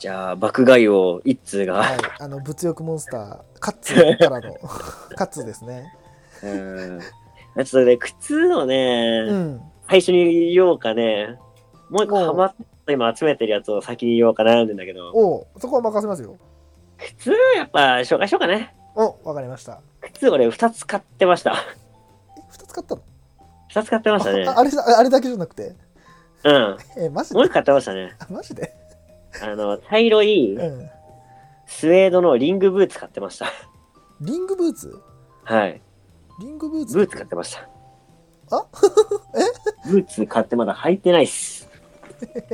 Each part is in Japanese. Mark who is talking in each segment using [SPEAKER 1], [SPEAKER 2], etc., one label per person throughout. [SPEAKER 1] じゃあ、爆買いを一通
[SPEAKER 2] は
[SPEAKER 1] が
[SPEAKER 2] い。、 あの物欲モンスターカッツからの カッツですね。
[SPEAKER 1] うん。 あちょっとね、靴をね、
[SPEAKER 2] うん。
[SPEAKER 1] 最初に言おうかね。もう一個ハマった、今集めてるやつを先に言おうか悩んでんだけど、
[SPEAKER 2] おうそこは任せますよ。
[SPEAKER 1] 靴はやっぱ紹介しようかね。
[SPEAKER 2] おわかりました。
[SPEAKER 1] 靴俺2つ買ってました。
[SPEAKER 2] え二つ買ったの？
[SPEAKER 1] 2つ買ってましたね。
[SPEAKER 2] ああれさああれだけじゃなくて、
[SPEAKER 1] うん。
[SPEAKER 2] えマジで
[SPEAKER 1] もう1個買ってましたね。
[SPEAKER 2] あマジで？
[SPEAKER 1] あの、茶色い
[SPEAKER 2] うん。
[SPEAKER 1] スウェードのリングブーツ買ってました。
[SPEAKER 2] リングブーツ？
[SPEAKER 1] はい。
[SPEAKER 2] リングブーツ？
[SPEAKER 1] ブーツ買ってました。
[SPEAKER 2] あ
[SPEAKER 1] ブーツ買ってまだ履いてないっす。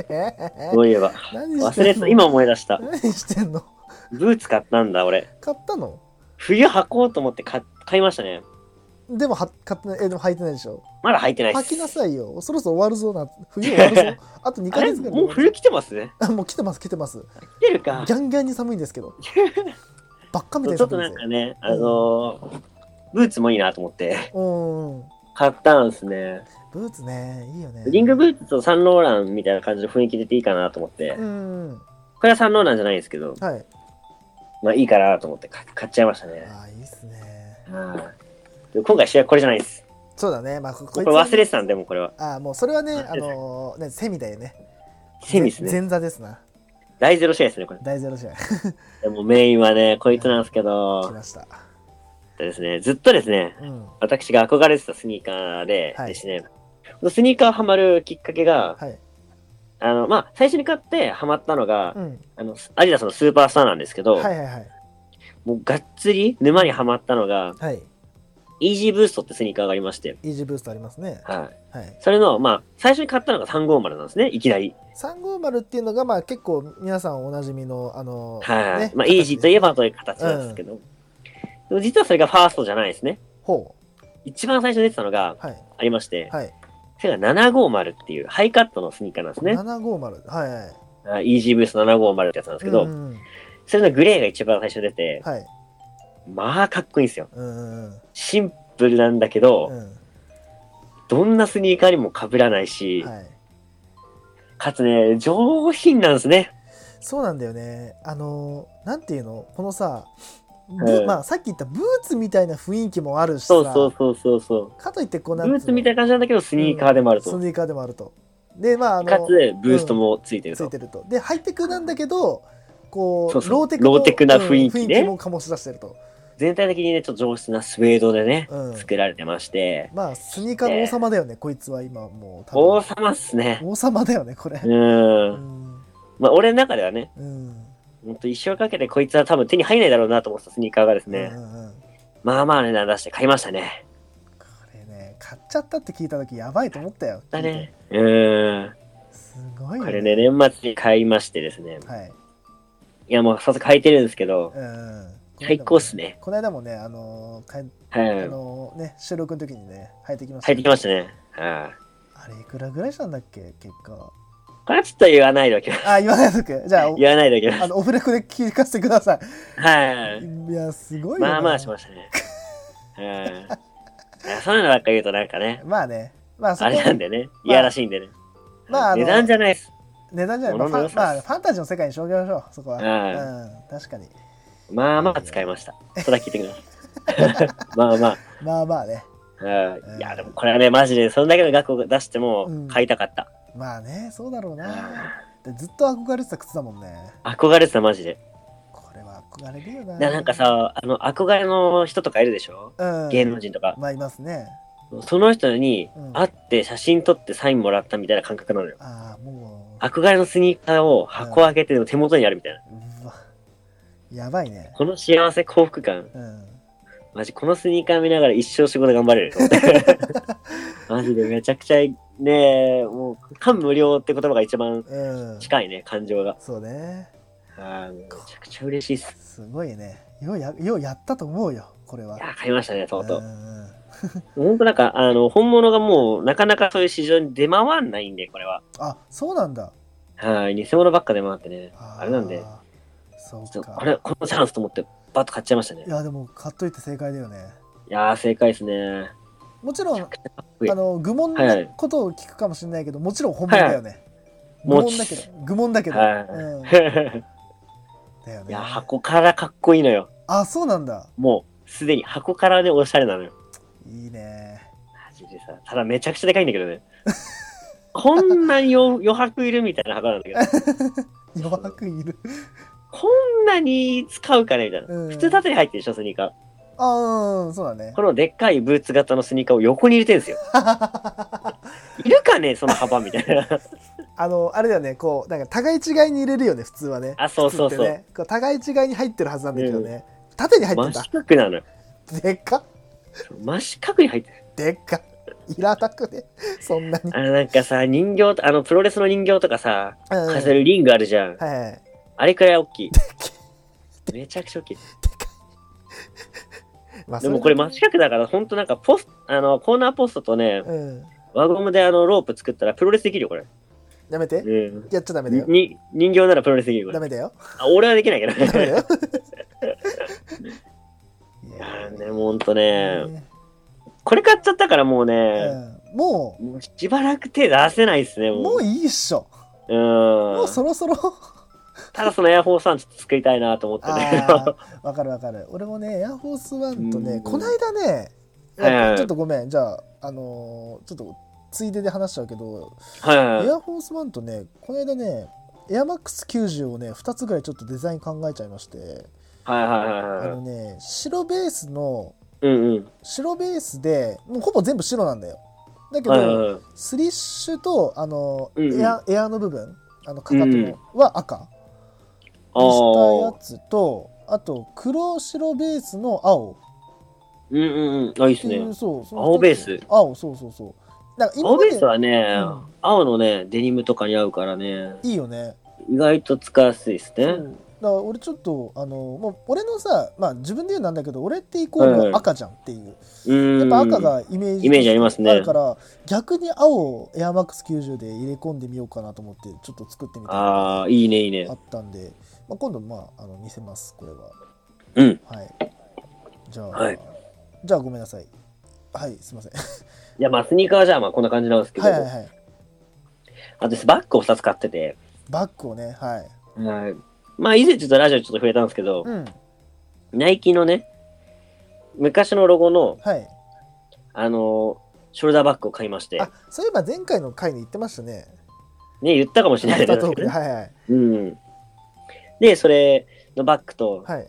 [SPEAKER 2] え
[SPEAKER 1] そういえば。
[SPEAKER 2] 何し
[SPEAKER 1] 忘
[SPEAKER 2] て
[SPEAKER 1] れ
[SPEAKER 2] んの
[SPEAKER 1] て、今思い出した。
[SPEAKER 2] 何してんの？
[SPEAKER 1] ブーツ買ったんだ、俺。
[SPEAKER 2] 買ったの？
[SPEAKER 1] 冬履こうと思って買買いましたね。
[SPEAKER 2] でもは買ってないえでも履いてないでしょ。
[SPEAKER 1] まだ履いてないっ
[SPEAKER 2] 履
[SPEAKER 1] す
[SPEAKER 2] き。なさいよ。そろそろ終わるぞな。冬終わるぞ。 あと二
[SPEAKER 1] あ
[SPEAKER 2] ヶ
[SPEAKER 1] れ
[SPEAKER 2] 月ぐらいで終
[SPEAKER 1] もう
[SPEAKER 2] わる
[SPEAKER 1] 冬来てますね。
[SPEAKER 2] あもう来てます来てます。
[SPEAKER 1] 来てるか。
[SPEAKER 2] ギャンギャンに寒いんです けど。ばっかみ
[SPEAKER 1] そ
[SPEAKER 2] たい
[SPEAKER 1] ちょっとな
[SPEAKER 2] うに寒いんです
[SPEAKER 1] ん
[SPEAKER 2] よ
[SPEAKER 1] か。ね、あのーブーツもいいなと思って
[SPEAKER 2] うん。
[SPEAKER 1] 買ったんですね。
[SPEAKER 2] ブーツね、いいよね。
[SPEAKER 1] リングブーツとサンローランみたいな感じの雰囲気出ていいかなと思って、
[SPEAKER 2] うんうん。
[SPEAKER 1] これはサンローランじゃないんですけど、
[SPEAKER 2] はい。
[SPEAKER 1] まあいいかなと思って買買っちゃいましたね。
[SPEAKER 2] ああ、いいっすね。
[SPEAKER 1] はいで今回主役これじゃないです。
[SPEAKER 2] そうだね。まあ、こ
[SPEAKER 1] こ
[SPEAKER 2] こ
[SPEAKER 1] れ
[SPEAKER 2] いつはね
[SPEAKER 1] 忘れてたんで、もうこれは。
[SPEAKER 2] ああ、もうそれはね、
[SPEAKER 1] 忘れてた
[SPEAKER 2] あのー、ね、セミだよね。
[SPEAKER 1] セミです
[SPEAKER 2] ぜ
[SPEAKER 1] ね。
[SPEAKER 2] 前座ですな。
[SPEAKER 1] 大ゼロ試合ですね、これ。
[SPEAKER 2] 大ゼロ試合。
[SPEAKER 1] でもメインはね、こいつなんですけ
[SPEAKER 2] 来
[SPEAKER 1] ど、
[SPEAKER 2] ました。
[SPEAKER 1] でですね、ずっとですね、
[SPEAKER 2] うん。は
[SPEAKER 1] 私が憧れてたスニーカーで
[SPEAKER 2] はい
[SPEAKER 1] ですね、このスニーカーハマるきっかけが、
[SPEAKER 2] い。
[SPEAKER 1] あの、まあ、最初に買ってハマったのが、
[SPEAKER 2] うん。
[SPEAKER 1] あの、アディダスのスーパースターなんですけど、
[SPEAKER 2] はいはいはい。
[SPEAKER 1] もうがっつり沼にはまったのが、
[SPEAKER 2] はい。
[SPEAKER 1] イージーブーストってスニーカーがありまして、
[SPEAKER 2] イージーブーストありますね。
[SPEAKER 1] はい。
[SPEAKER 2] はい。
[SPEAKER 1] それの、まあ、最初に買ったのが350なんですね、いきなり。
[SPEAKER 2] 350っていうのが、まあ結構皆さんおなじみの、あのー、
[SPEAKER 1] はい。
[SPEAKER 2] ね
[SPEAKER 1] まあ、イージーといえばという形なんですけど、でも実はそれがファーストじゃないですね。
[SPEAKER 2] ほ
[SPEAKER 1] 一番最初に出てたのが
[SPEAKER 2] う。はい。
[SPEAKER 1] ありまして、
[SPEAKER 2] はい。
[SPEAKER 1] それが750っていうハイカットのスニーカーなんですね。
[SPEAKER 2] 750。はいはい。
[SPEAKER 1] あイージーブースト750ってやつなんですけど、
[SPEAKER 2] うんうん
[SPEAKER 1] それのグレーが一番最初に出て、
[SPEAKER 2] はい。
[SPEAKER 1] まあ、かっこいいんですよ。
[SPEAKER 2] うんうん
[SPEAKER 1] シンプルなんだけど、
[SPEAKER 2] うん。うん
[SPEAKER 1] どんなスニーカーにも被らないし、
[SPEAKER 2] はい。
[SPEAKER 1] かつね、上品なんですね。
[SPEAKER 2] そうなんだよねあのなんていうのこのさ、ブ
[SPEAKER 1] はい
[SPEAKER 2] まあさっき言ったブーツみたいな雰囲気もあるしさ
[SPEAKER 1] そうそうそうそうそう。
[SPEAKER 2] かといってこう
[SPEAKER 1] ブ
[SPEAKER 2] なんてう
[SPEAKER 1] ー
[SPEAKER 2] の
[SPEAKER 1] ツみたいな感じなんだけど、スニーカーでもあると。
[SPEAKER 2] スニーカーでもあるとでまああの
[SPEAKER 1] かつ、ブーストもついてる
[SPEAKER 2] つ
[SPEAKER 1] と。
[SPEAKER 2] いてるとでハイテクなんだけどこう
[SPEAKER 1] そうそう
[SPEAKER 2] ローテクの
[SPEAKER 1] ローテクな雰囲気ね
[SPEAKER 2] うん雰囲気も醸し出してると、
[SPEAKER 1] 全体的にね、ちょっと上質なスウェードでね、
[SPEAKER 2] うん、
[SPEAKER 1] 作られてまして、
[SPEAKER 2] まあスニーカーの王様だよねこいつは今もう
[SPEAKER 1] 王
[SPEAKER 2] 多
[SPEAKER 1] 様っすね。
[SPEAKER 2] 分王様だよねこれ
[SPEAKER 1] う。
[SPEAKER 2] うんん、
[SPEAKER 1] まあ、俺の中ではね、
[SPEAKER 2] うん
[SPEAKER 1] ほんと一生かけてこいつは多分手に入らないだろうなと思ってたスニーカーがですね、
[SPEAKER 2] うんうんうん
[SPEAKER 1] まあまあ値段出して買いましたね。
[SPEAKER 2] これね買っちゃったって聞いた時やばいと思ったよ
[SPEAKER 1] だね。うん。
[SPEAKER 2] すごいよ
[SPEAKER 1] これね、年末に買いましてですね。
[SPEAKER 2] はい
[SPEAKER 1] いや、もう早速履いてるんですけど、
[SPEAKER 2] うん
[SPEAKER 1] 最高っすね。
[SPEAKER 2] この間もね、あのーかい
[SPEAKER 1] はい。
[SPEAKER 2] あのーね収録の時にね、入ってきました、
[SPEAKER 1] 入ってきましたね。はい。
[SPEAKER 2] あれ、いくらぐらいしたんだっけ、結果。
[SPEAKER 1] これはちょっと言わないでおきます。
[SPEAKER 2] あ、言わないとく。じゃあ、お
[SPEAKER 1] 言わないでおきま
[SPEAKER 2] あのオフレコで聞かせてくださ。
[SPEAKER 1] す。はいい。
[SPEAKER 2] いや、すごいよな
[SPEAKER 1] まあまあしましたね。うんいや。そういうのばっか言うとなんかね、
[SPEAKER 2] まあね。まあ、そ
[SPEAKER 1] あ
[SPEAKER 2] こ
[SPEAKER 1] れなんでね、
[SPEAKER 2] まあ
[SPEAKER 1] いやらしいんでね。
[SPEAKER 2] まああの
[SPEAKER 1] 値段じゃないです。
[SPEAKER 2] 値段じゃない、まあ
[SPEAKER 1] 物の
[SPEAKER 2] フ
[SPEAKER 1] 良
[SPEAKER 2] ァン
[SPEAKER 1] さ
[SPEAKER 2] まあ、ファンタジーの世界にしょうげましょう、そこは。
[SPEAKER 1] は
[SPEAKER 2] うん、確かに。
[SPEAKER 1] まあまあ使いました。それは聞いてください。 まあまあ。
[SPEAKER 2] まあまあね。
[SPEAKER 1] うんいや、でもこれはね、マジで、そんだけの額を出して
[SPEAKER 2] う
[SPEAKER 1] も
[SPEAKER 2] ん
[SPEAKER 1] 買いたかった。
[SPEAKER 2] まあね、そうだろうな。でずっと憧れてた靴だもんね。
[SPEAKER 1] 憧れてた、マジで。
[SPEAKER 2] これは憧れるよな。
[SPEAKER 1] ななんか、さ、あの、憧れの人とかいるでしょ
[SPEAKER 2] うん、
[SPEAKER 1] 芸能人とか。
[SPEAKER 2] まあ、いますね。
[SPEAKER 1] その人に
[SPEAKER 2] うん
[SPEAKER 1] 会って写真撮ってサインもらったみたいな感覚なのよ。
[SPEAKER 2] ああ、もう。
[SPEAKER 1] 憧れのスニーカーを箱開けてでも手元にあるみたいな。
[SPEAKER 2] うわやばいね。
[SPEAKER 1] この幸せ幸福感。
[SPEAKER 2] うん。
[SPEAKER 1] マジ、このスニーカー見ながら一生仕事頑張れ ると思って。マジでめちゃくちゃいい、ねえ、もう、感無量って言葉が一番
[SPEAKER 2] うん。
[SPEAKER 1] 近いね、感情が。
[SPEAKER 2] そうね。
[SPEAKER 1] あーめちゃくちゃ嬉しいっす。。
[SPEAKER 2] すごいね。ようや、ようやったと思うよ、これはい
[SPEAKER 1] やー、買いましたね、とうと
[SPEAKER 2] う
[SPEAKER 1] う。
[SPEAKER 2] んうん
[SPEAKER 1] ほんとなんか、あの、本物がもう、なかなかそういう市場に出回んないんで、これは。
[SPEAKER 2] あ、そうなんだ。
[SPEAKER 1] はい、偽物ばっか出回ってね。
[SPEAKER 2] ー
[SPEAKER 1] あれなんで、。
[SPEAKER 2] そ
[SPEAKER 1] ちょっ
[SPEAKER 2] う
[SPEAKER 1] と
[SPEAKER 2] か。
[SPEAKER 1] あれ、このチャンスと思って、バッと買っちゃいましたね
[SPEAKER 2] い。や、でも、買っといて正解だよね。
[SPEAKER 1] いやー、正解ですね。
[SPEAKER 2] もちろん、
[SPEAKER 1] こいい
[SPEAKER 2] あの、愚問
[SPEAKER 1] はいは
[SPEAKER 2] ないことを聞くかもしれないけど、もちろん本物だよね。
[SPEAKER 1] も
[SPEAKER 2] 愚
[SPEAKER 1] ち
[SPEAKER 2] 問だけど。愚問だけど。
[SPEAKER 1] は
[SPEAKER 2] うん
[SPEAKER 1] い。
[SPEAKER 2] だよね
[SPEAKER 1] いや、箱からかっこいいのよ。
[SPEAKER 2] あそうなんだ
[SPEAKER 1] もう、すでに箱からでおしゃれなのよ。
[SPEAKER 2] いいね
[SPEAKER 1] マジでさ、ただめちゃくちゃでかいんだけど ね。こんなに余余白いるみたいな箱なんだ けど、
[SPEAKER 2] 余白いる
[SPEAKER 1] こんなに使うかねみたいな。
[SPEAKER 2] うん
[SPEAKER 1] 普通縦に入ってるでしょ、スニーカー。
[SPEAKER 2] あうんそうだね
[SPEAKER 1] このでっかいブーツ型のスニーカーを横に入れてるんですよ。いるかねその幅みたい な。
[SPEAKER 2] あのあれだよねこうなんか互い違いに入れるよね普通はね
[SPEAKER 1] あそうそうそう
[SPEAKER 2] 靴ってねこう互い違いに入ってるはずなんだけどね、縦に入って
[SPEAKER 1] 真
[SPEAKER 2] んだ
[SPEAKER 1] 四角なのよ。
[SPEAKER 2] でっか
[SPEAKER 1] そう真四角に入ってる。
[SPEAKER 2] でっかいらなくね そんな に、
[SPEAKER 1] あのなんかさ、人形と、あのプロレスの人形とかさ、
[SPEAKER 2] うんはい
[SPEAKER 1] 飾るリングあるじゃん。
[SPEAKER 2] はい
[SPEAKER 1] あれくらい大きい。めちゃくちゃ大きい。
[SPEAKER 2] まあ
[SPEAKER 1] でもこれ真四角だから、ほんとなんかポス、あの、コーナーポストとね、
[SPEAKER 2] うん
[SPEAKER 1] 輪ゴムであの、ロープ作ったらプロレスできるよ、これ。
[SPEAKER 2] やめて
[SPEAKER 1] うん。
[SPEAKER 2] やっちゃダメだ
[SPEAKER 1] に
[SPEAKER 2] よ
[SPEAKER 1] に人形ならプロレスできるよ、こ
[SPEAKER 2] ダ
[SPEAKER 1] れ。
[SPEAKER 2] メだ よ
[SPEAKER 1] あ俺はできないけど
[SPEAKER 2] ダメだ
[SPEAKER 1] ね。
[SPEAKER 2] よ い
[SPEAKER 1] い
[SPEAKER 2] や
[SPEAKER 1] や
[SPEAKER 2] ー
[SPEAKER 1] ーね、もうほんとね、
[SPEAKER 2] ね
[SPEAKER 1] これ買っちゃったからもうね、
[SPEAKER 2] うんも
[SPEAKER 1] もうしばらく手出せないっすね、
[SPEAKER 2] う
[SPEAKER 1] もう。
[SPEAKER 2] もういいっしょ
[SPEAKER 1] う。
[SPEAKER 2] もうんそろそろ
[SPEAKER 1] ただそのエアフォースワンちょっと作りたいなと思ってね。
[SPEAKER 2] あーわかるわかる俺もねエアフォースワンと
[SPEAKER 1] う
[SPEAKER 2] ね
[SPEAKER 1] ん
[SPEAKER 2] こないだねい
[SPEAKER 1] はいはいは
[SPEAKER 2] や
[SPEAKER 1] い
[SPEAKER 2] ちょっとごめんじゃああのーちょっとついでで話しちゃうけど
[SPEAKER 1] はいはい
[SPEAKER 2] エ
[SPEAKER 1] はい。
[SPEAKER 2] アフォースワンとねこないだねエアマックス90をね2つぐらいちょっとデザイン考えちゃいまして
[SPEAKER 1] はいはい
[SPEAKER 2] あ
[SPEAKER 1] はいは
[SPEAKER 2] の
[SPEAKER 1] い。
[SPEAKER 2] ね白ベースの
[SPEAKER 1] うんうん。
[SPEAKER 2] 白ベースでもうほぼ全部白なんだよだけ
[SPEAKER 1] はいはい
[SPEAKER 2] ど
[SPEAKER 1] はい。
[SPEAKER 2] スリッシュとあの
[SPEAKER 1] うんうん
[SPEAKER 2] エアエアの部分あのかかとのは赤
[SPEAKER 1] あ
[SPEAKER 2] にしたや
[SPEAKER 1] ー。
[SPEAKER 2] つとあと黒白ベースの青
[SPEAKER 1] うんうんうん。あ、いいっ
[SPEAKER 2] っ
[SPEAKER 1] す
[SPEAKER 2] ていう
[SPEAKER 1] ね。
[SPEAKER 2] そうその
[SPEAKER 1] 青ベース
[SPEAKER 2] 青そうそうそうなんか今
[SPEAKER 1] 青
[SPEAKER 2] ま
[SPEAKER 1] ベース
[SPEAKER 2] で
[SPEAKER 1] はね、
[SPEAKER 2] ん
[SPEAKER 1] 青のね、デニムとかに合うからね、
[SPEAKER 2] いいよね
[SPEAKER 1] 意外と使いやすいっすね。
[SPEAKER 2] そうだから俺ちょっとあのもう俺のさまあ自分で言うのなんだけど俺ってイコール赤じゃんっていう、
[SPEAKER 1] うー
[SPEAKER 2] やっ
[SPEAKER 1] ん。
[SPEAKER 2] ぱ赤がイメージ
[SPEAKER 1] イメージありますね
[SPEAKER 2] あるから逆に青をエアマックス90で入れ込んでみようかなと思ってちょっと作ってみたのが
[SPEAKER 1] あー、いいね、いいね
[SPEAKER 2] あ。ったんで、まあ、今度まああの見せますこれは
[SPEAKER 1] うん。
[SPEAKER 2] はい。じゃあ、
[SPEAKER 1] はい
[SPEAKER 2] じゃあごめんなさい。はい、すいません。
[SPEAKER 1] いや、まあ、スニーカーはじゃあ、まあ、こんな感じなんですけど、
[SPEAKER 2] はいはいはい。
[SPEAKER 1] あとですバッグを2つ買ってて、
[SPEAKER 2] バッグをね、はい。
[SPEAKER 1] はいまあ、以前ちょっとラジオでちょっと触れたんですけど、
[SPEAKER 2] うん。
[SPEAKER 1] ナイキのね、昔のロゴの、
[SPEAKER 2] はい。
[SPEAKER 1] あのショルダーバッグを買いまして、
[SPEAKER 2] あ、そういえば前回の回に言ってましたね。
[SPEAKER 1] ね、言ったかもし
[SPEAKER 2] ア
[SPEAKER 1] れないで
[SPEAKER 2] フタ
[SPEAKER 1] す
[SPEAKER 2] ー
[SPEAKER 1] けど
[SPEAKER 2] トーク
[SPEAKER 1] ね。
[SPEAKER 2] で。はいはい。
[SPEAKER 1] うん。で、それのバッグと、
[SPEAKER 2] はい。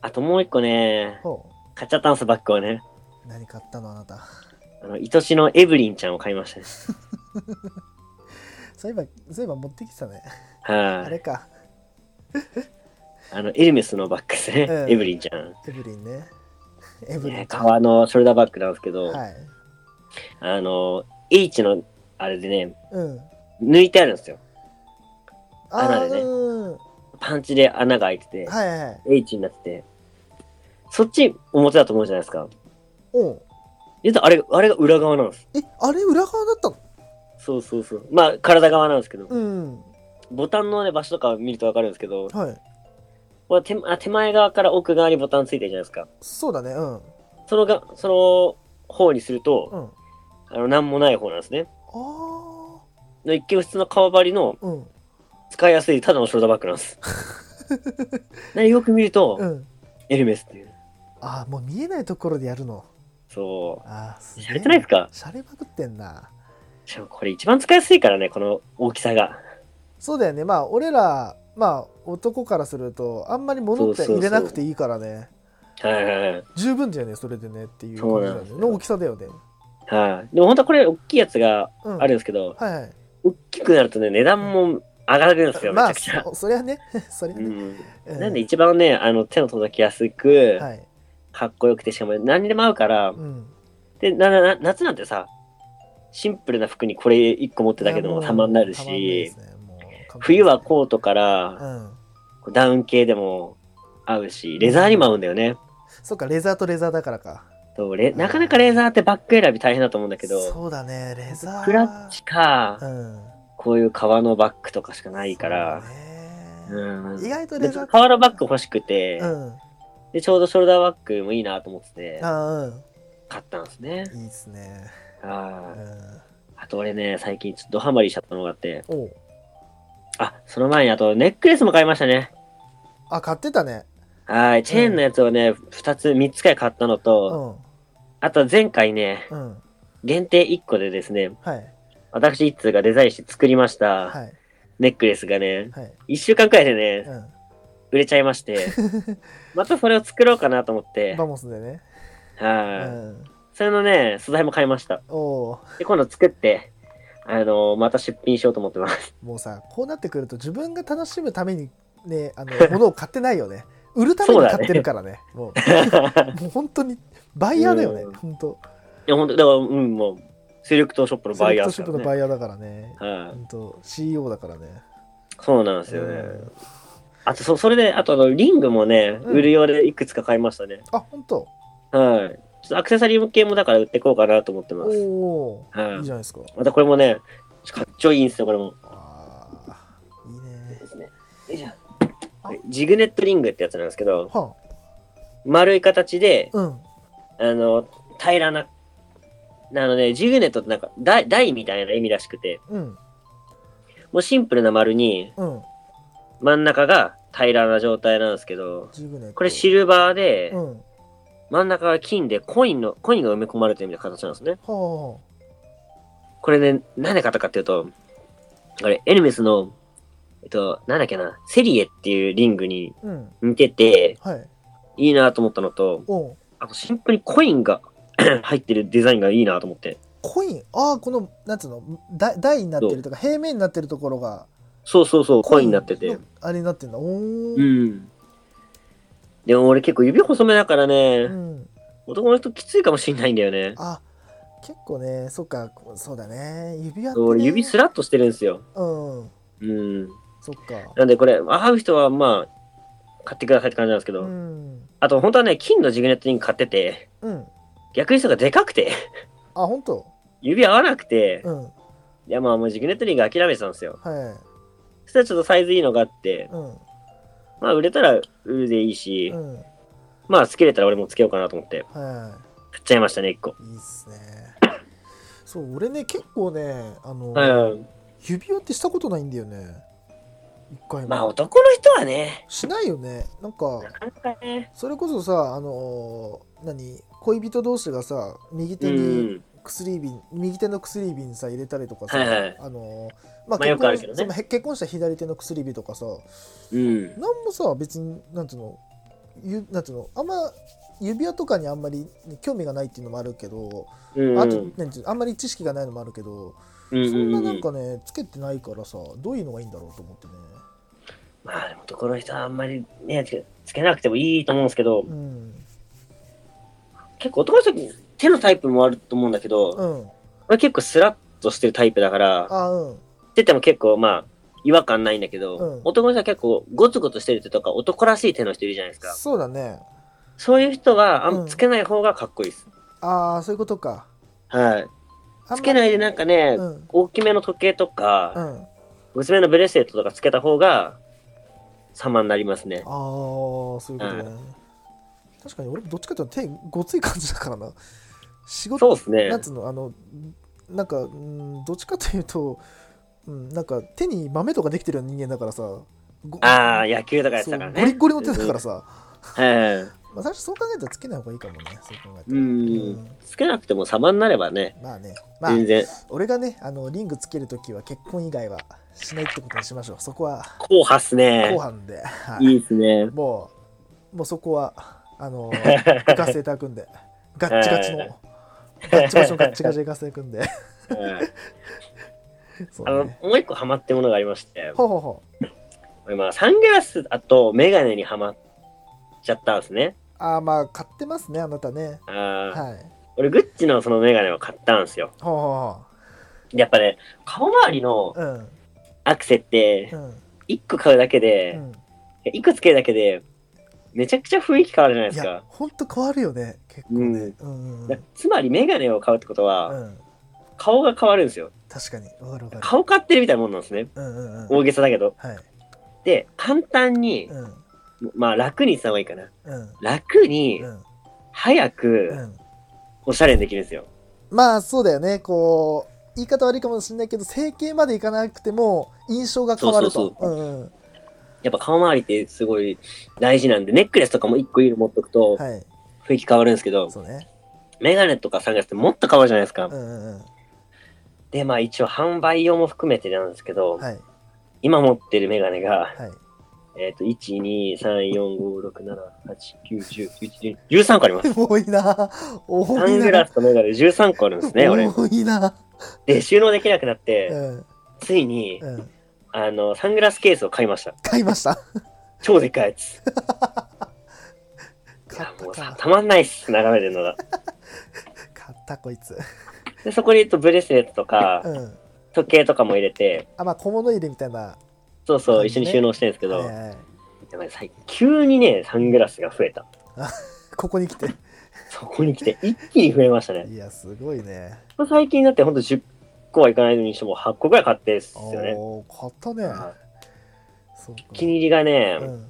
[SPEAKER 1] あともう一個ね、
[SPEAKER 2] ほ
[SPEAKER 1] 買っちゃったんです、バッグをね。
[SPEAKER 2] う。何買ったのあなた。
[SPEAKER 1] あの、愛しのエブリンちゃんを買いましたね。
[SPEAKER 2] そういえば、そういえば持ってきてたね。あ
[SPEAKER 1] はい、
[SPEAKER 2] れか。
[SPEAKER 1] あ。の、エルメスのバッグですね。
[SPEAKER 2] うん
[SPEAKER 1] エブリンちゃん。
[SPEAKER 2] エブリンね。エブリ
[SPEAKER 1] ね
[SPEAKER 2] ン、。
[SPEAKER 1] 革のショルダーバッグなんですけど、
[SPEAKER 2] はい。
[SPEAKER 1] あの、H の、あれでね、
[SPEAKER 2] うん。
[SPEAKER 1] 抜いてあるんですよ。
[SPEAKER 2] あ
[SPEAKER 1] 穴
[SPEAKER 2] ー
[SPEAKER 1] でね
[SPEAKER 2] うん。は
[SPEAKER 1] パンチで穴が開いてて
[SPEAKER 2] い、はいはい。
[SPEAKER 1] H になってて、そっち表だと思うじゃないですか。
[SPEAKER 2] おう
[SPEAKER 1] 実はあれ、あれが裏側なんです。
[SPEAKER 2] え、あれ裏側だったの
[SPEAKER 1] そうそうそう。まあ、体側なんですけど、
[SPEAKER 2] うん。
[SPEAKER 1] ボタンのね、場所とかを見るとわかるんですけど、
[SPEAKER 2] はい。
[SPEAKER 1] これ手あ手前側から奥側にボタンついてるじゃないですか。
[SPEAKER 2] そうだね。うん。
[SPEAKER 1] そのが、その方にする
[SPEAKER 2] う
[SPEAKER 1] と、
[SPEAKER 2] ん。
[SPEAKER 1] あの、なんもない方なんですね。
[SPEAKER 2] ああ。
[SPEAKER 1] の一見普通の革張りの
[SPEAKER 2] うん。
[SPEAKER 1] 使いやすいただのショルダーバッグなん です。でよく見ると、
[SPEAKER 2] うん。
[SPEAKER 1] エルメスっていう。
[SPEAKER 2] ああ、もう見えないところでやるの。
[SPEAKER 1] そ
[SPEAKER 2] ああ、
[SPEAKER 1] う。
[SPEAKER 2] すげえ
[SPEAKER 1] しゃれてないですか
[SPEAKER 2] シャレまくってんな。
[SPEAKER 1] しかもこれ一番使いやすいからね、この大きさが。
[SPEAKER 2] そうだよね。まあ、俺ら、まあ、男からすると、あんまり物って入れなくていいからね。
[SPEAKER 1] はいはいはい。
[SPEAKER 2] 十分だよね、それでねっていう
[SPEAKER 1] そう
[SPEAKER 2] 感
[SPEAKER 1] な
[SPEAKER 2] じ
[SPEAKER 1] んです
[SPEAKER 2] だよね
[SPEAKER 1] よ
[SPEAKER 2] の大きさだよね。
[SPEAKER 1] はい。でも本当はこれ大きいやつが
[SPEAKER 2] うん。
[SPEAKER 1] あるんですけど、
[SPEAKER 2] はいはい。
[SPEAKER 1] 大きくなるとね、値段も上がるんですよ、めち
[SPEAKER 2] ま
[SPEAKER 1] ゃ
[SPEAKER 2] あ、
[SPEAKER 1] くちゃ。
[SPEAKER 2] そそりゃね。 そりゃ
[SPEAKER 1] う
[SPEAKER 2] ね。
[SPEAKER 1] ん、
[SPEAKER 2] う
[SPEAKER 1] なんで一番ね、あの手の届きやすく、
[SPEAKER 2] はい。
[SPEAKER 1] かっこよくて、しかも何にでも合うから、
[SPEAKER 2] うん。
[SPEAKER 1] でなな夏なんてさ、シンプルな服にこれ一個持ってたけども、たまになる
[SPEAKER 2] たまんないで
[SPEAKER 1] し
[SPEAKER 2] す、ねもう完璧ですね
[SPEAKER 1] 冬はコートから、
[SPEAKER 2] うん。
[SPEAKER 1] こうダウン系でも合うし、レザーにも合うんだよね。
[SPEAKER 2] そっか、レザーとレザーだからか。
[SPEAKER 1] そうレなかなかレザーってバッグ選び大変だと思うんだけど、
[SPEAKER 2] そうだね、レザー。
[SPEAKER 1] クラッチか、
[SPEAKER 2] うん。
[SPEAKER 1] こういう革のバッグとかしかないから
[SPEAKER 2] そう、だね
[SPEAKER 1] うん
[SPEAKER 2] 意外と
[SPEAKER 1] で
[SPEAKER 2] レザー。
[SPEAKER 1] 革のバッグ欲しくて、
[SPEAKER 2] うん。
[SPEAKER 1] で、ちょうどショルダーバッグもいいなと思ってて、
[SPEAKER 2] ああ、
[SPEAKER 1] 買ったんですね。
[SPEAKER 2] うん。いいですね。う
[SPEAKER 1] あー
[SPEAKER 2] ん。
[SPEAKER 1] あと俺ね、最近ちょっとドハマりしちゃったのがあって、
[SPEAKER 2] おう
[SPEAKER 1] あ、その前にあとネックレスも買いましたね。
[SPEAKER 2] あ買ってたね
[SPEAKER 1] はい、チェーンのやつをね、二つ、三つくらい買ったの
[SPEAKER 2] う
[SPEAKER 1] と、
[SPEAKER 2] ん
[SPEAKER 1] あと前回ね、
[SPEAKER 2] うん
[SPEAKER 1] 限定一個でですね、
[SPEAKER 2] はい
[SPEAKER 1] 私一通がデザインして作りました、
[SPEAKER 2] はい
[SPEAKER 1] ネックレスがね、
[SPEAKER 2] はい
[SPEAKER 1] 一週間くらいでね、
[SPEAKER 2] うん
[SPEAKER 1] 売れちゃいま して、またそれを作ろうかなと思って、
[SPEAKER 2] バモスでねう
[SPEAKER 1] はい、
[SPEAKER 2] ん
[SPEAKER 1] それのね、素材も買いました。
[SPEAKER 2] おおー
[SPEAKER 1] で、今度作って、あのまた出品しようと思ってます。
[SPEAKER 2] もうさこうなってくると自分が楽しむためにね あの物を買ってないよね売るために買ってるからねも うもう本当にバイヤーだよね
[SPEAKER 1] うん
[SPEAKER 2] 本当
[SPEAKER 1] いや、本当だから、うん、もう、セレクトショップの
[SPEAKER 2] セ
[SPEAKER 1] バ
[SPEAKER 2] レ
[SPEAKER 1] イ
[SPEAKER 2] ク
[SPEAKER 1] ヤー
[SPEAKER 2] ト
[SPEAKER 1] です
[SPEAKER 2] ショ
[SPEAKER 1] か
[SPEAKER 2] ップ
[SPEAKER 1] ら
[SPEAKER 2] の
[SPEAKER 1] ね。
[SPEAKER 2] バイヤーだからね
[SPEAKER 1] はい、
[SPEAKER 2] 本当 CEO だからね
[SPEAKER 1] そうなんですよね。
[SPEAKER 2] うん
[SPEAKER 1] あとそ、それで、あとあの、リングもね、
[SPEAKER 2] うん
[SPEAKER 1] 売る用でいくつか買いましたね。
[SPEAKER 2] あ本当
[SPEAKER 1] はい、ちょっとアクセサリー系もだから売っていこうかなと思って
[SPEAKER 2] お
[SPEAKER 1] ます。
[SPEAKER 2] お
[SPEAKER 1] はい、
[SPEAKER 2] ーいいじゃないですか
[SPEAKER 1] またこれもね、かっちょいいんですよ、これも。
[SPEAKER 2] あーいいね
[SPEAKER 1] ですねジグネットリングってやつなんですけど、
[SPEAKER 2] は
[SPEAKER 1] 丸い形で、
[SPEAKER 2] あうん
[SPEAKER 1] あの、平らな、なので、ジグネットってなんか台、台みたいな意味らしくて、
[SPEAKER 2] うん
[SPEAKER 1] もうシンプルな丸に、
[SPEAKER 2] うん
[SPEAKER 1] 真ん中が平らな状態なんですけど、
[SPEAKER 2] ジグネット
[SPEAKER 1] これシルバーで
[SPEAKER 2] う、んは
[SPEAKER 1] 真ん中が金で、コインの、コインが埋め込まれてるみたいな形なんですね。
[SPEAKER 2] あは
[SPEAKER 1] これね、なんで買ったかっていうと、あれ、エルメスの、えっと、なんだっけな、セリエっていうリングに
[SPEAKER 2] あうん
[SPEAKER 1] 似てて、
[SPEAKER 2] はい
[SPEAKER 1] いいなと思ったのと、
[SPEAKER 2] おう
[SPEAKER 1] あとシンプルにコインが 入ってるデザインがいいなと思って。
[SPEAKER 2] コインああこのなんつうのだ台になってるとか平面になってるところが
[SPEAKER 1] そうそうそう、コインになってて
[SPEAKER 2] の。あれになってんだおお
[SPEAKER 1] うん。でも俺結構指細めだから
[SPEAKER 2] う
[SPEAKER 1] ね、
[SPEAKER 2] ん
[SPEAKER 1] 男の人きついかもしんないんだよね。
[SPEAKER 2] あ結構ねそっかこそうだね指輪って、ね、
[SPEAKER 1] 俺指スラッとしてるんですよ。
[SPEAKER 2] うん
[SPEAKER 1] うん。
[SPEAKER 2] そっか
[SPEAKER 1] なんでこれ、会う人はまあ、買ってくださいって感じなんですけ
[SPEAKER 2] う
[SPEAKER 1] ど、
[SPEAKER 2] ん
[SPEAKER 1] あと本当はね、金のジグネットリング買ってて、
[SPEAKER 2] うん
[SPEAKER 1] 逆にそれがでかくて、
[SPEAKER 2] あ本当
[SPEAKER 1] 指合わなくて、
[SPEAKER 2] うんはい
[SPEAKER 1] やまあもうジグネットリング諦めてたんですよ。そしたらちょっとサイズいいのがあって、
[SPEAKER 2] うん
[SPEAKER 1] まあ売れたら売るでいいし、
[SPEAKER 2] うん
[SPEAKER 1] まあつけれたら俺もつけようかなと思って、
[SPEAKER 2] は
[SPEAKER 1] 買っちゃいましたね、一個。
[SPEAKER 2] いいいっすねそう俺ね結構ねあの、
[SPEAKER 1] うん。
[SPEAKER 2] 指輪ってしたことないんだよね一回も、
[SPEAKER 1] まあ男の人はね、
[SPEAKER 2] しないよねなんか
[SPEAKER 1] なかなかね、
[SPEAKER 2] それこそさあのー何恋人同士がさ右
[SPEAKER 1] う
[SPEAKER 2] 手に
[SPEAKER 1] ん。
[SPEAKER 2] 薬指、右手の薬指にさ入れたりとかさ、
[SPEAKER 1] はいはい
[SPEAKER 2] あのー
[SPEAKER 1] ま
[SPEAKER 2] ま
[SPEAKER 1] あよくあるけどね
[SPEAKER 2] そのへ結婚した左手の薬指とかさ
[SPEAKER 1] うん。
[SPEAKER 2] なんもさ別になんつうのゆなんつうのあんま指輪とかにあんまり興味がないっていうのもあるけど、
[SPEAKER 1] うん。
[SPEAKER 2] あとなんつうのあんまり知識がないのもあるけど、
[SPEAKER 1] うんうんうん
[SPEAKER 2] そんななんかねつけてないからさどういうのがいいんだろうと思ってね
[SPEAKER 1] まあでも男の人はあんまりね、つけつけなくてもいいと思うんですけど
[SPEAKER 2] う、ん
[SPEAKER 1] 結構男の人って手のタイプもあると思うんだけど、
[SPEAKER 2] うん
[SPEAKER 1] 俺結構スラッとしてるタイプだから、
[SPEAKER 2] あうん
[SPEAKER 1] ってても結構まあ違和感ないんだけど、
[SPEAKER 2] うん
[SPEAKER 1] 男の人は結構ゴツゴツしてる手とか男らしい手の人いるじゃないですか
[SPEAKER 2] そうだね
[SPEAKER 1] そういう人はあ
[SPEAKER 2] うん
[SPEAKER 1] んつけない方がかっこいいです、
[SPEAKER 2] ああそういうことか
[SPEAKER 1] はい
[SPEAKER 2] あんまり
[SPEAKER 1] つけないでなんかね、
[SPEAKER 2] うん
[SPEAKER 1] 大きめの時計と
[SPEAKER 2] う
[SPEAKER 1] か、
[SPEAKER 2] んあ
[SPEAKER 1] 娘のブレスレットとかつけた方が様になりますね
[SPEAKER 2] あーそういうことね、確かに俺もどっちかというと手ごつい感じだからな仕
[SPEAKER 1] そ
[SPEAKER 2] 事
[SPEAKER 1] うですね
[SPEAKER 2] なんつうのあのなんかうんどっちかというと、うん、なんか手に豆とかできてるような人間だからさご
[SPEAKER 1] ああ野球とかやって
[SPEAKER 2] そ
[SPEAKER 1] た
[SPEAKER 2] う
[SPEAKER 1] から
[SPEAKER 2] ゴリッ
[SPEAKER 1] ね
[SPEAKER 2] ゴリの手だからさ、
[SPEAKER 1] はい、
[SPEAKER 2] まあ、最初そう考えたらつけない方がいいかもねそう考えた
[SPEAKER 1] う
[SPEAKER 2] ら、
[SPEAKER 1] んつけなくても様になればね
[SPEAKER 2] まあねまあ
[SPEAKER 1] 全然
[SPEAKER 2] 俺がねあのリングつけるときは結婚以外はしないってことにしましょうそこは
[SPEAKER 1] 硬派っすね
[SPEAKER 2] 後半で、はい
[SPEAKER 1] いいっすね
[SPEAKER 2] もう、もうそこは、あのー、 行かせていただくんで、ガッチガチの、ガッチガチのガッチガチで行かせていただく んで、
[SPEAKER 1] はい
[SPEAKER 2] そ
[SPEAKER 1] あの
[SPEAKER 2] うね。
[SPEAKER 1] もう一個ハマってるものがありまして、
[SPEAKER 2] ほうほうほう。
[SPEAKER 1] 俺まあサングラスあとメガネにはまっちゃったんですね。
[SPEAKER 2] ああ、まあ、買ってますね、あなたね。
[SPEAKER 1] あー
[SPEAKER 2] はい。
[SPEAKER 1] 俺グッチのそのメガネを買ったんですよ。
[SPEAKER 2] ほうほ
[SPEAKER 1] でやっぱね、顔周りの
[SPEAKER 2] うほう。うん。
[SPEAKER 1] アクセって
[SPEAKER 2] うん。
[SPEAKER 1] 1個買うだけで、
[SPEAKER 2] うん、
[SPEAKER 1] 1個つけるだけで、めちゃくちゃ雰囲気変わるじゃない
[SPEAKER 2] い
[SPEAKER 1] です
[SPEAKER 2] や
[SPEAKER 1] か、。
[SPEAKER 2] ほんと変わるよね、結構ね。うん。うん
[SPEAKER 1] だつまりメガネを買うってことは、
[SPEAKER 2] うん。
[SPEAKER 1] 顔が変わるんですよ。
[SPEAKER 2] 確かに、わかるわかる。
[SPEAKER 1] 顔買ってるみたいなもんなんですね。
[SPEAKER 2] うんうんうん。
[SPEAKER 1] 大げさだけど。
[SPEAKER 2] はい。
[SPEAKER 1] で、簡単に、
[SPEAKER 2] うん。
[SPEAKER 1] まあ楽にした方がいいかな。
[SPEAKER 2] うん。
[SPEAKER 1] 楽に
[SPEAKER 2] う、ん。
[SPEAKER 1] 早
[SPEAKER 2] う
[SPEAKER 1] く、
[SPEAKER 2] ん。
[SPEAKER 1] おしゃれにできるんですよ。
[SPEAKER 2] まあ、そうだよね、こう。言い方悪いかもしれないけど、整形までいかなくても印象が変わると。
[SPEAKER 1] そうそう
[SPEAKER 2] うんうん
[SPEAKER 1] やっぱ顔周りってすごい大事なんで、ネックレスとかも一個いいの持っとくと
[SPEAKER 2] はい。
[SPEAKER 1] 雰囲気変わるんですけど、
[SPEAKER 2] そうね。
[SPEAKER 1] メガネとかサングラスってもっと変わるじゃないですか。
[SPEAKER 2] うんうんう
[SPEAKER 1] で、まあ一応販売用も含めてなんですけど、
[SPEAKER 2] ん。はい。
[SPEAKER 1] 今持ってるメガネが、
[SPEAKER 2] はい。
[SPEAKER 1] えっ、と、1、2、3、4、5、6、7、8、9、10、11、13個あります。
[SPEAKER 2] 多いな。
[SPEAKER 1] サ
[SPEAKER 2] 多い
[SPEAKER 1] ングラ
[SPEAKER 2] な。
[SPEAKER 1] スとメガネ13個あるんですね、俺。
[SPEAKER 2] 多いな。
[SPEAKER 1] で、収納できなくなって、
[SPEAKER 2] うん。
[SPEAKER 1] ついに、
[SPEAKER 2] うん。
[SPEAKER 1] あの、サングラスケースを買いました。
[SPEAKER 2] 買いました。
[SPEAKER 1] 超でかいやつ。い
[SPEAKER 2] 買
[SPEAKER 1] や
[SPEAKER 2] っ、
[SPEAKER 1] も
[SPEAKER 2] た
[SPEAKER 1] うさ
[SPEAKER 2] か、。
[SPEAKER 1] たまんないっす、眺めてるのが。
[SPEAKER 2] 買ったこいつ。
[SPEAKER 1] で、そこに、えっと、ブレスレットとか
[SPEAKER 2] う、ん。
[SPEAKER 1] 時計とかも入れて、
[SPEAKER 2] あ、まあ小物入れみたいな。
[SPEAKER 1] そうそう、
[SPEAKER 2] ね
[SPEAKER 1] 一緒に収納してるんですけど、
[SPEAKER 2] はいはい
[SPEAKER 1] やばい最近急にね、サングラスが増えた。
[SPEAKER 2] ここに来て。
[SPEAKER 1] そこに来 て、一気に増えましたね。
[SPEAKER 2] いや、すごいね。
[SPEAKER 1] 最近だって、ほんと10個はいかないにしても、8個ぐらい買ってるっすよね。
[SPEAKER 2] おお、買ったね。そうか
[SPEAKER 1] お気に入りがね、
[SPEAKER 2] うん。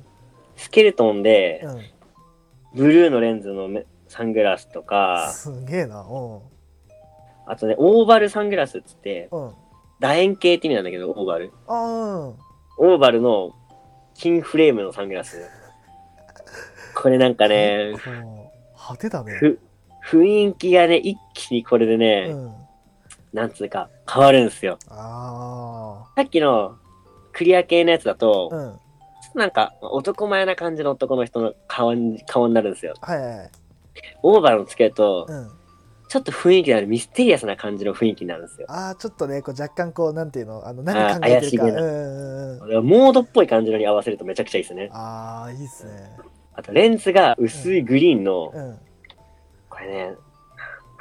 [SPEAKER 1] スケルトンで、
[SPEAKER 2] うん。
[SPEAKER 1] ブルーのレンズのめサングラスとか、
[SPEAKER 2] すげえな。うん。
[SPEAKER 1] あとね、オーバルサングラスっつって、
[SPEAKER 2] うん。
[SPEAKER 1] 楕円形って意味なんだけど、オーバル。
[SPEAKER 2] あー
[SPEAKER 1] オーバルの金フレームのサングラス。 これなんかね
[SPEAKER 2] うん。、こう派手だね。
[SPEAKER 1] ふ雰囲気がね、一気にこれでね、
[SPEAKER 2] うん。
[SPEAKER 1] なんつうか、変わるんですよ。
[SPEAKER 2] あ
[SPEAKER 1] さっきのクリア系のやつだと、
[SPEAKER 2] あ。うん。
[SPEAKER 1] ちょっとなんか男前な感じの男の人の顔に顔になるんですよ。
[SPEAKER 2] はいはいはい。
[SPEAKER 1] オーバルのつけると、
[SPEAKER 2] うん。
[SPEAKER 1] ちょっと雰囲気のあるミステリアスな感じの雰囲気になるんですよ。
[SPEAKER 2] ああ、ちょっとね、こう若干こう、なんていうの、あの何考えてるか。
[SPEAKER 1] あー怪しげ
[SPEAKER 2] うん
[SPEAKER 1] な
[SPEAKER 2] うんうん。
[SPEAKER 1] モードっぽい感じのに合わせるとめちゃくちゃいいですね。
[SPEAKER 2] ああ、いいっすね。
[SPEAKER 1] あとレンズが薄いグリーンの、
[SPEAKER 2] うん。
[SPEAKER 1] これね、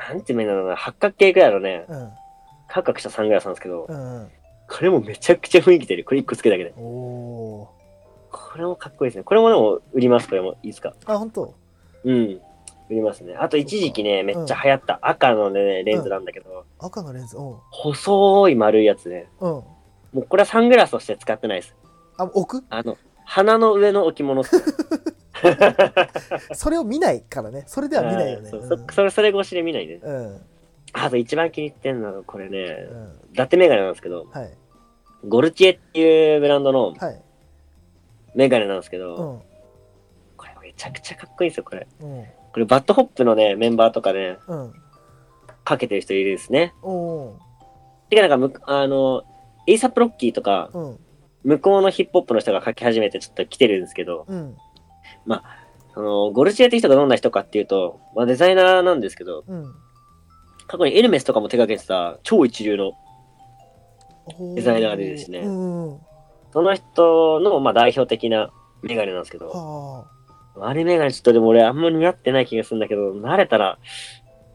[SPEAKER 1] なんていう面なのかな、八角形くらいのね、
[SPEAKER 2] うん。
[SPEAKER 1] カクカクしたサングラスなんですけど、
[SPEAKER 2] うんうん。
[SPEAKER 1] これもめちゃくちゃ雰囲気出る。これ1個つけるだけで。
[SPEAKER 2] おお
[SPEAKER 1] これもかっこいいですね。これもでも売ります、これも。いいですか
[SPEAKER 2] ー。あ、ほんと。
[SPEAKER 1] うん。売りますね。あと一時期ね、めっちゃ流行った赤のね、レンズなんだけど、
[SPEAKER 2] 赤のレンズ。うん。
[SPEAKER 1] 細い丸いやつね。
[SPEAKER 2] うん。
[SPEAKER 1] もうこれはサングラスとして使ってないです。
[SPEAKER 2] あ、置く
[SPEAKER 1] あの、鼻の上の置物っす。
[SPEAKER 2] それを見ないからね。それでは見ないよね。
[SPEAKER 1] そううんそそれ、それ越しで見ないね。
[SPEAKER 2] うん。
[SPEAKER 1] あと一番気に入ってんのがこれね
[SPEAKER 2] う、ん。
[SPEAKER 1] 伊達メガネなんですけど、
[SPEAKER 2] はい。
[SPEAKER 1] ゴルチエっていうブランドの
[SPEAKER 2] はい。
[SPEAKER 1] メガネなんですけ
[SPEAKER 2] う
[SPEAKER 1] ど、
[SPEAKER 2] ん。
[SPEAKER 1] これめちゃくちゃかっこいいんですよ、これ。
[SPEAKER 2] うん。
[SPEAKER 1] これバッドホップのね、メンバーとかね、
[SPEAKER 2] うん。
[SPEAKER 1] かけてる人いるんですね。
[SPEAKER 2] おお
[SPEAKER 1] てかなんかむ、あの、エイサップロッキーとか
[SPEAKER 2] ー。、うん。
[SPEAKER 1] 向こうのヒップホップの人が書き始めてちょっと来てるんですけど、
[SPEAKER 2] うん。
[SPEAKER 1] そのゴルチエって人がどんな人かっていうと、まあ、デザイナーなんですけど、
[SPEAKER 2] うん。
[SPEAKER 1] 過去にエルメスとかも手掛けてた超一流の、
[SPEAKER 2] お
[SPEAKER 1] デザイナーでですね
[SPEAKER 2] うんうん。
[SPEAKER 1] その人のまあ代表的なメガネなんですけど、
[SPEAKER 2] は
[SPEAKER 1] あれメガネちょっとでも俺あんまり似合ってない気がするんだけど、慣れたら、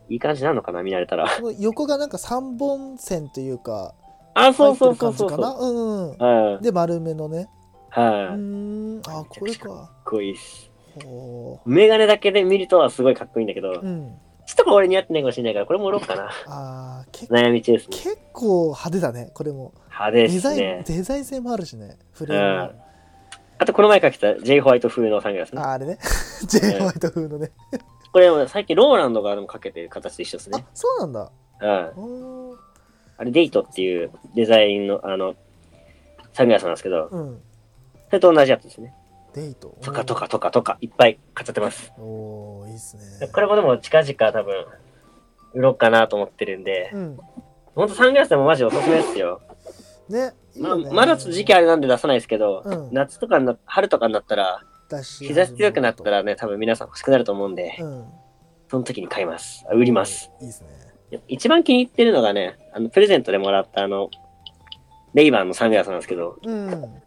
[SPEAKER 1] いい感じなのかな見慣れたら。
[SPEAKER 2] あ。この横がなんか三本線というか、
[SPEAKER 1] あ、
[SPEAKER 2] 入
[SPEAKER 1] そう
[SPEAKER 2] って
[SPEAKER 1] そう
[SPEAKER 2] る
[SPEAKER 1] そうそ
[SPEAKER 2] 感じ
[SPEAKER 1] う
[SPEAKER 2] か
[SPEAKER 1] そ
[SPEAKER 2] な。
[SPEAKER 1] う。
[SPEAKER 2] うんうん。
[SPEAKER 1] はい。
[SPEAKER 2] で、丸めのね。う
[SPEAKER 1] はい。かっ
[SPEAKER 2] ーん。あ、これか。
[SPEAKER 1] こいいっす。
[SPEAKER 2] ほ
[SPEAKER 1] メガネだけで見るとはすごいかっこいいんだけど、ち
[SPEAKER 2] う。
[SPEAKER 1] ょっ
[SPEAKER 2] うん。
[SPEAKER 1] とこれ俺似合ってないかもしれないから、これも売ろうかな。
[SPEAKER 2] あーけ
[SPEAKER 1] 悩み中ですね。
[SPEAKER 2] 結構派手だね、これも。
[SPEAKER 1] 派手
[SPEAKER 2] デ
[SPEAKER 1] です
[SPEAKER 2] ザイン、
[SPEAKER 1] ね。
[SPEAKER 2] デザイン性もあるしね。フレームも。
[SPEAKER 1] あとこの前かけた J ホワイト風のサングラスね。
[SPEAKER 2] ああれね。J. ホワイト風のね。
[SPEAKER 1] これも最近ローランドがでもかけてる形と一緒です
[SPEAKER 2] あ
[SPEAKER 1] ね。、
[SPEAKER 2] そうなんだ。
[SPEAKER 1] うん。
[SPEAKER 2] おー
[SPEAKER 1] あれデイトっていうデザインのあの、サングラスなんですけど、
[SPEAKER 2] うん。
[SPEAKER 1] それと同じやつですね。
[SPEAKER 2] デート。
[SPEAKER 1] とかとかとかとかいっぱい飾ってます。
[SPEAKER 2] おーいいっすね。
[SPEAKER 1] これもでも近々多分、売ろうかなと思ってるんで、
[SPEAKER 2] うん。
[SPEAKER 1] ほんとサングラスでもマジおすすめですよ。
[SPEAKER 2] ね。
[SPEAKER 1] まあ、まだ時期あれなんで出さないですけど、
[SPEAKER 2] うん
[SPEAKER 1] 夏とかにな、春とかになったら、
[SPEAKER 2] だし
[SPEAKER 1] 日差し強くなったらね、多分皆さん欲しくなると思うんで、
[SPEAKER 2] うん。
[SPEAKER 1] その時に買います。あ売ります。
[SPEAKER 2] いいですね。
[SPEAKER 1] 一番気に入ってるのがね、あの、プレゼントでもらったあの、レイバンのサングラスなんですけど、
[SPEAKER 2] うん。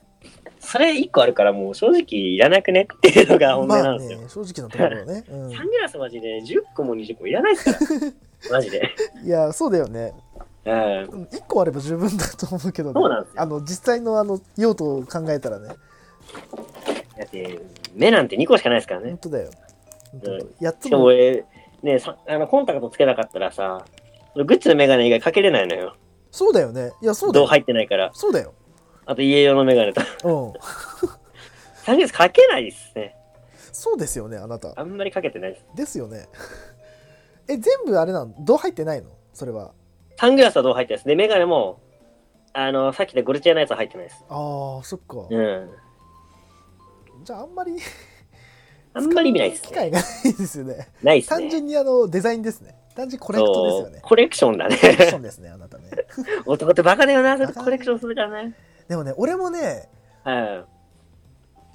[SPEAKER 1] それ一個あるからもう正直いらなくねっていうのが本音
[SPEAKER 2] ま
[SPEAKER 1] な
[SPEAKER 2] あ
[SPEAKER 1] んですよ。
[SPEAKER 2] ね、正直なところね。う
[SPEAKER 1] サングラスマジで10個も20個もいらないですから。 マジで。
[SPEAKER 2] ん。いや、そうだよね。
[SPEAKER 1] うん。
[SPEAKER 2] うん一個あれば十分だと思うけどね。
[SPEAKER 1] そうなんですよ
[SPEAKER 2] あの、実際のあの、用途を考えたらね。
[SPEAKER 1] だって、目なんて2個しかないですから
[SPEAKER 2] 本
[SPEAKER 1] ね。
[SPEAKER 2] 当だよ。本当
[SPEAKER 1] うん
[SPEAKER 2] やっと
[SPEAKER 1] しかも
[SPEAKER 2] も、
[SPEAKER 1] 俺、ね、さあの、コンタクトつけなかったらさ、グッチのメガネ以外かけれないのよ。
[SPEAKER 2] そうだよね。いや、そうだ
[SPEAKER 1] どう
[SPEAKER 2] よ。
[SPEAKER 1] 入ってないから。
[SPEAKER 2] そうだよ。
[SPEAKER 1] あと家用のメガネと。
[SPEAKER 2] うん。
[SPEAKER 1] サングラスかけないですね。
[SPEAKER 2] そうですよね、あなた。
[SPEAKER 1] あんまりかけてないです。
[SPEAKER 2] ですよね。え、全部あれなのどう入ってないのそれは。
[SPEAKER 1] サングラスはどう入ってないです。で、メガネも、あの、さっきでゴルチェのやつは入ってないです。
[SPEAKER 2] ああ、そっか。
[SPEAKER 1] うん。
[SPEAKER 2] じゃああんまり
[SPEAKER 1] あんまり見ないです
[SPEAKER 2] 機
[SPEAKER 1] ね。
[SPEAKER 2] 会がないですよね
[SPEAKER 1] ないです
[SPEAKER 2] 単
[SPEAKER 1] ね。
[SPEAKER 2] 純にあのデザインですね単純にコレクトですよ
[SPEAKER 1] そ
[SPEAKER 2] ね
[SPEAKER 1] うコレクションだ
[SPEAKER 2] コレクショ
[SPEAKER 1] ね。
[SPEAKER 2] ンですねあなたね
[SPEAKER 1] 男ってバカだよな、それ
[SPEAKER 2] バカ
[SPEAKER 1] コレクションするからね。
[SPEAKER 2] でもね俺もね
[SPEAKER 1] うん。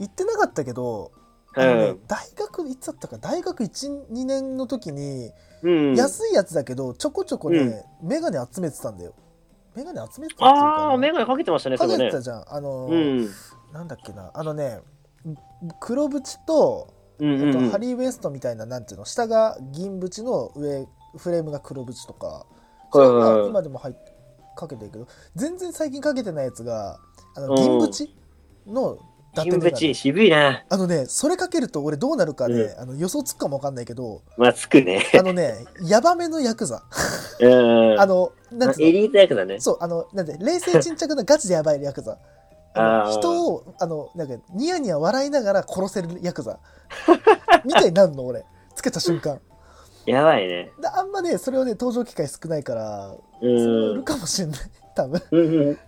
[SPEAKER 2] 言ってなかったけど、あのね
[SPEAKER 1] うん。
[SPEAKER 2] 大学いつだったか大学12年の時に、
[SPEAKER 1] うん。
[SPEAKER 2] 安いやつだけどちょこちょこね、メガネ集めてたんだよメガネ集めてたっていうか
[SPEAKER 1] ああ、
[SPEAKER 2] な
[SPEAKER 1] メガネかけてましたね、そ
[SPEAKER 2] かけ
[SPEAKER 1] れ
[SPEAKER 2] て
[SPEAKER 1] ね。
[SPEAKER 2] たじゃんあの、
[SPEAKER 1] うん。
[SPEAKER 2] なんだっけなあのね黒縁と
[SPEAKER 1] うん
[SPEAKER 2] あ
[SPEAKER 1] うんう
[SPEAKER 2] と
[SPEAKER 1] ん
[SPEAKER 2] ハ。リー・ウエストみたいななんていうの下が銀縁の上フレームが黒縁とかそれ
[SPEAKER 1] はいはい
[SPEAKER 2] が
[SPEAKER 1] はい
[SPEAKER 2] 今でも入っかけてるけど全然最近かけてないやつがあ
[SPEAKER 1] う
[SPEAKER 2] の
[SPEAKER 1] ん
[SPEAKER 2] 銀縁の伊
[SPEAKER 1] 金
[SPEAKER 2] メガネ
[SPEAKER 1] 縁、渋いな。
[SPEAKER 2] あのねそれかけると俺どうなるかね、
[SPEAKER 1] う
[SPEAKER 2] あの予想つくかもわかんないけど
[SPEAKER 1] まあ、つくね。
[SPEAKER 2] あのねヤバめのヤクザ
[SPEAKER 1] うん。
[SPEAKER 2] あのなん
[SPEAKER 1] あ
[SPEAKER 2] て
[SPEAKER 1] エ
[SPEAKER 2] いう
[SPEAKER 1] リート役だね
[SPEAKER 2] の。そうあのなんて冷静沈着なガチでヤバいヤクザあの
[SPEAKER 1] あー
[SPEAKER 2] 人をあのなんかニヤニヤ笑いながら殺せるヤクザみたいになるの俺つけた瞬間
[SPEAKER 1] やばいね。
[SPEAKER 2] であんまねそれをね登場機会少ないから
[SPEAKER 1] う
[SPEAKER 2] それ売
[SPEAKER 1] ん
[SPEAKER 2] る。かもしれない多分
[SPEAKER 1] うんうん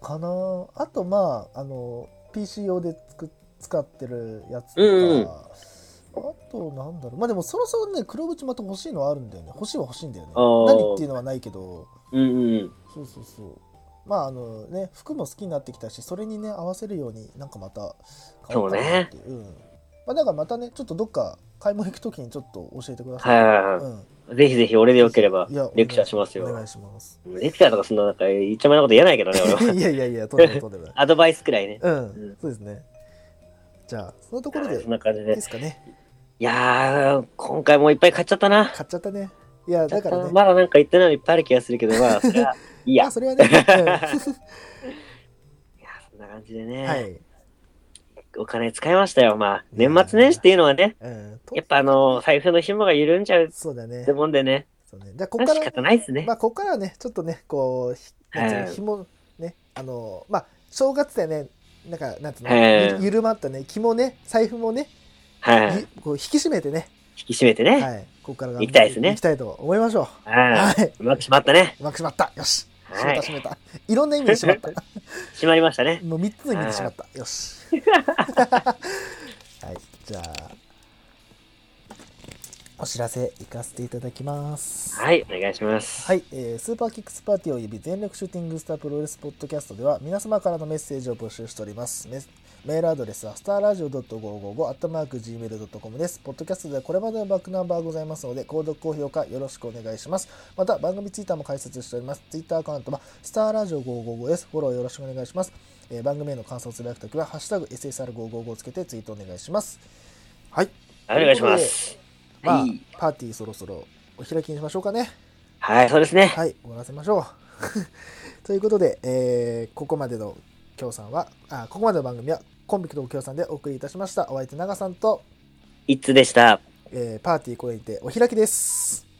[SPEAKER 2] かなあとまああの PC 用でつく使ってるやつとか、
[SPEAKER 1] うんうん
[SPEAKER 2] あとなんだろうまあでもそろそろね黒縁また欲しいのはあるんだよね欲しいは欲しいんだよね
[SPEAKER 1] あー
[SPEAKER 2] 何っていうのはないけど
[SPEAKER 1] うんうん。
[SPEAKER 2] そうそうそうまああのね服も好きになってきたしそれにね合わせるようになんかまた買おうかなっていううんまあだからまたねちょっとどっか買い物行く時にちょっと教えてください、
[SPEAKER 1] はいはいは
[SPEAKER 2] うん
[SPEAKER 1] い。ぜひぜひ俺でよければ
[SPEAKER 2] いやお願い
[SPEAKER 1] レクチャーします
[SPEAKER 2] お
[SPEAKER 1] よ
[SPEAKER 2] 願。いします
[SPEAKER 1] レクチャーとかそんななんか言っちゃまいなこと言えないけどね、俺は。
[SPEAKER 2] いやいやいや、とんでもないとんでもない。
[SPEAKER 1] アドバイスくらいね。
[SPEAKER 2] う
[SPEAKER 1] うん
[SPEAKER 2] ん、そうですね。じゃあ、そのところで、
[SPEAKER 1] そん
[SPEAKER 2] い
[SPEAKER 1] な感じ
[SPEAKER 2] い
[SPEAKER 1] で
[SPEAKER 2] で。すかね。
[SPEAKER 1] いやー、今回もいっぱい買っちゃったな。
[SPEAKER 2] 買っちゃったね。いや、だからね、ま
[SPEAKER 1] まだなんか言ってないのいっぱいある気がするけど、 まあ、それはいいや。
[SPEAKER 2] あ、それはね、
[SPEAKER 1] いやそんな感じで
[SPEAKER 2] うん
[SPEAKER 1] ね、
[SPEAKER 2] はい。
[SPEAKER 1] お金使いましたよ。まあ、年末年始っていうのはね、
[SPEAKER 2] うん、と
[SPEAKER 1] やっぱあの、財布の紐が緩んじゃう
[SPEAKER 2] そうだね
[SPEAKER 1] って。もんでね、
[SPEAKER 2] そうねじゃあ、こ
[SPEAKER 1] ま
[SPEAKER 2] こ
[SPEAKER 1] あ
[SPEAKER 2] か
[SPEAKER 1] 仕
[SPEAKER 2] ら、
[SPEAKER 1] 方ないですね。
[SPEAKER 2] まあ、ここからはね、ちょっとね、こうひ、なんていうの
[SPEAKER 1] はい
[SPEAKER 2] ひも、ね、あの、まあ、正月でね、なんか、なんつうの、
[SPEAKER 1] はい
[SPEAKER 2] ゆゆるまったね、気もね、財布もね、
[SPEAKER 1] はい。
[SPEAKER 2] ゆこう引き締めてね、
[SPEAKER 1] 引き締めてね。
[SPEAKER 2] はい、ここから頑張っ
[SPEAKER 1] 行
[SPEAKER 2] て
[SPEAKER 1] きたいですね
[SPEAKER 2] 行きたいと思いましょう。
[SPEAKER 1] は
[SPEAKER 2] はい。
[SPEAKER 1] い。うまく締まったね。
[SPEAKER 2] うまく締まった。よし。締
[SPEAKER 1] は
[SPEAKER 2] め
[SPEAKER 1] い
[SPEAKER 2] た、。締めた。いろんな意味で締まった。
[SPEAKER 1] 締まりましたね。
[SPEAKER 2] もう3つの意味でしまった。よし。はい、じゃあ、お知らせいかせていただきます。
[SPEAKER 1] はい、お願いします。
[SPEAKER 2] はい、えースーパーキックスパーティーおよび全力シューティングスタープロレスポッドキャストでは皆様からのメッセージを募集しております。メスメールアドレスはスターラジオ .555-gmail.com です。ポッドキャストではこれまでのバックナンバーございますので、購読、高評価よろしくお願いします。また番組ツイッターも開設しております。ツイッターアカウントはスターラジオ555です。フォローよろしくお願いします。えー番組への感想をつぶやくときは、ハッシュタグ SSR555 をつけてツイートお願いします。はい。
[SPEAKER 1] はい、お願いします。
[SPEAKER 2] まあ
[SPEAKER 1] はい、
[SPEAKER 2] パーティーそろそろお開きにしましょうかね。
[SPEAKER 1] はい、そうですね。
[SPEAKER 2] はい、終わらせましょ う。ということで、えーここまでの協賛は、あ、ここまでの番組はコンビクト協賛でお送りいたしました。お相手長さんと、
[SPEAKER 1] いつでした。
[SPEAKER 2] えーパーティーこれにてお開きです。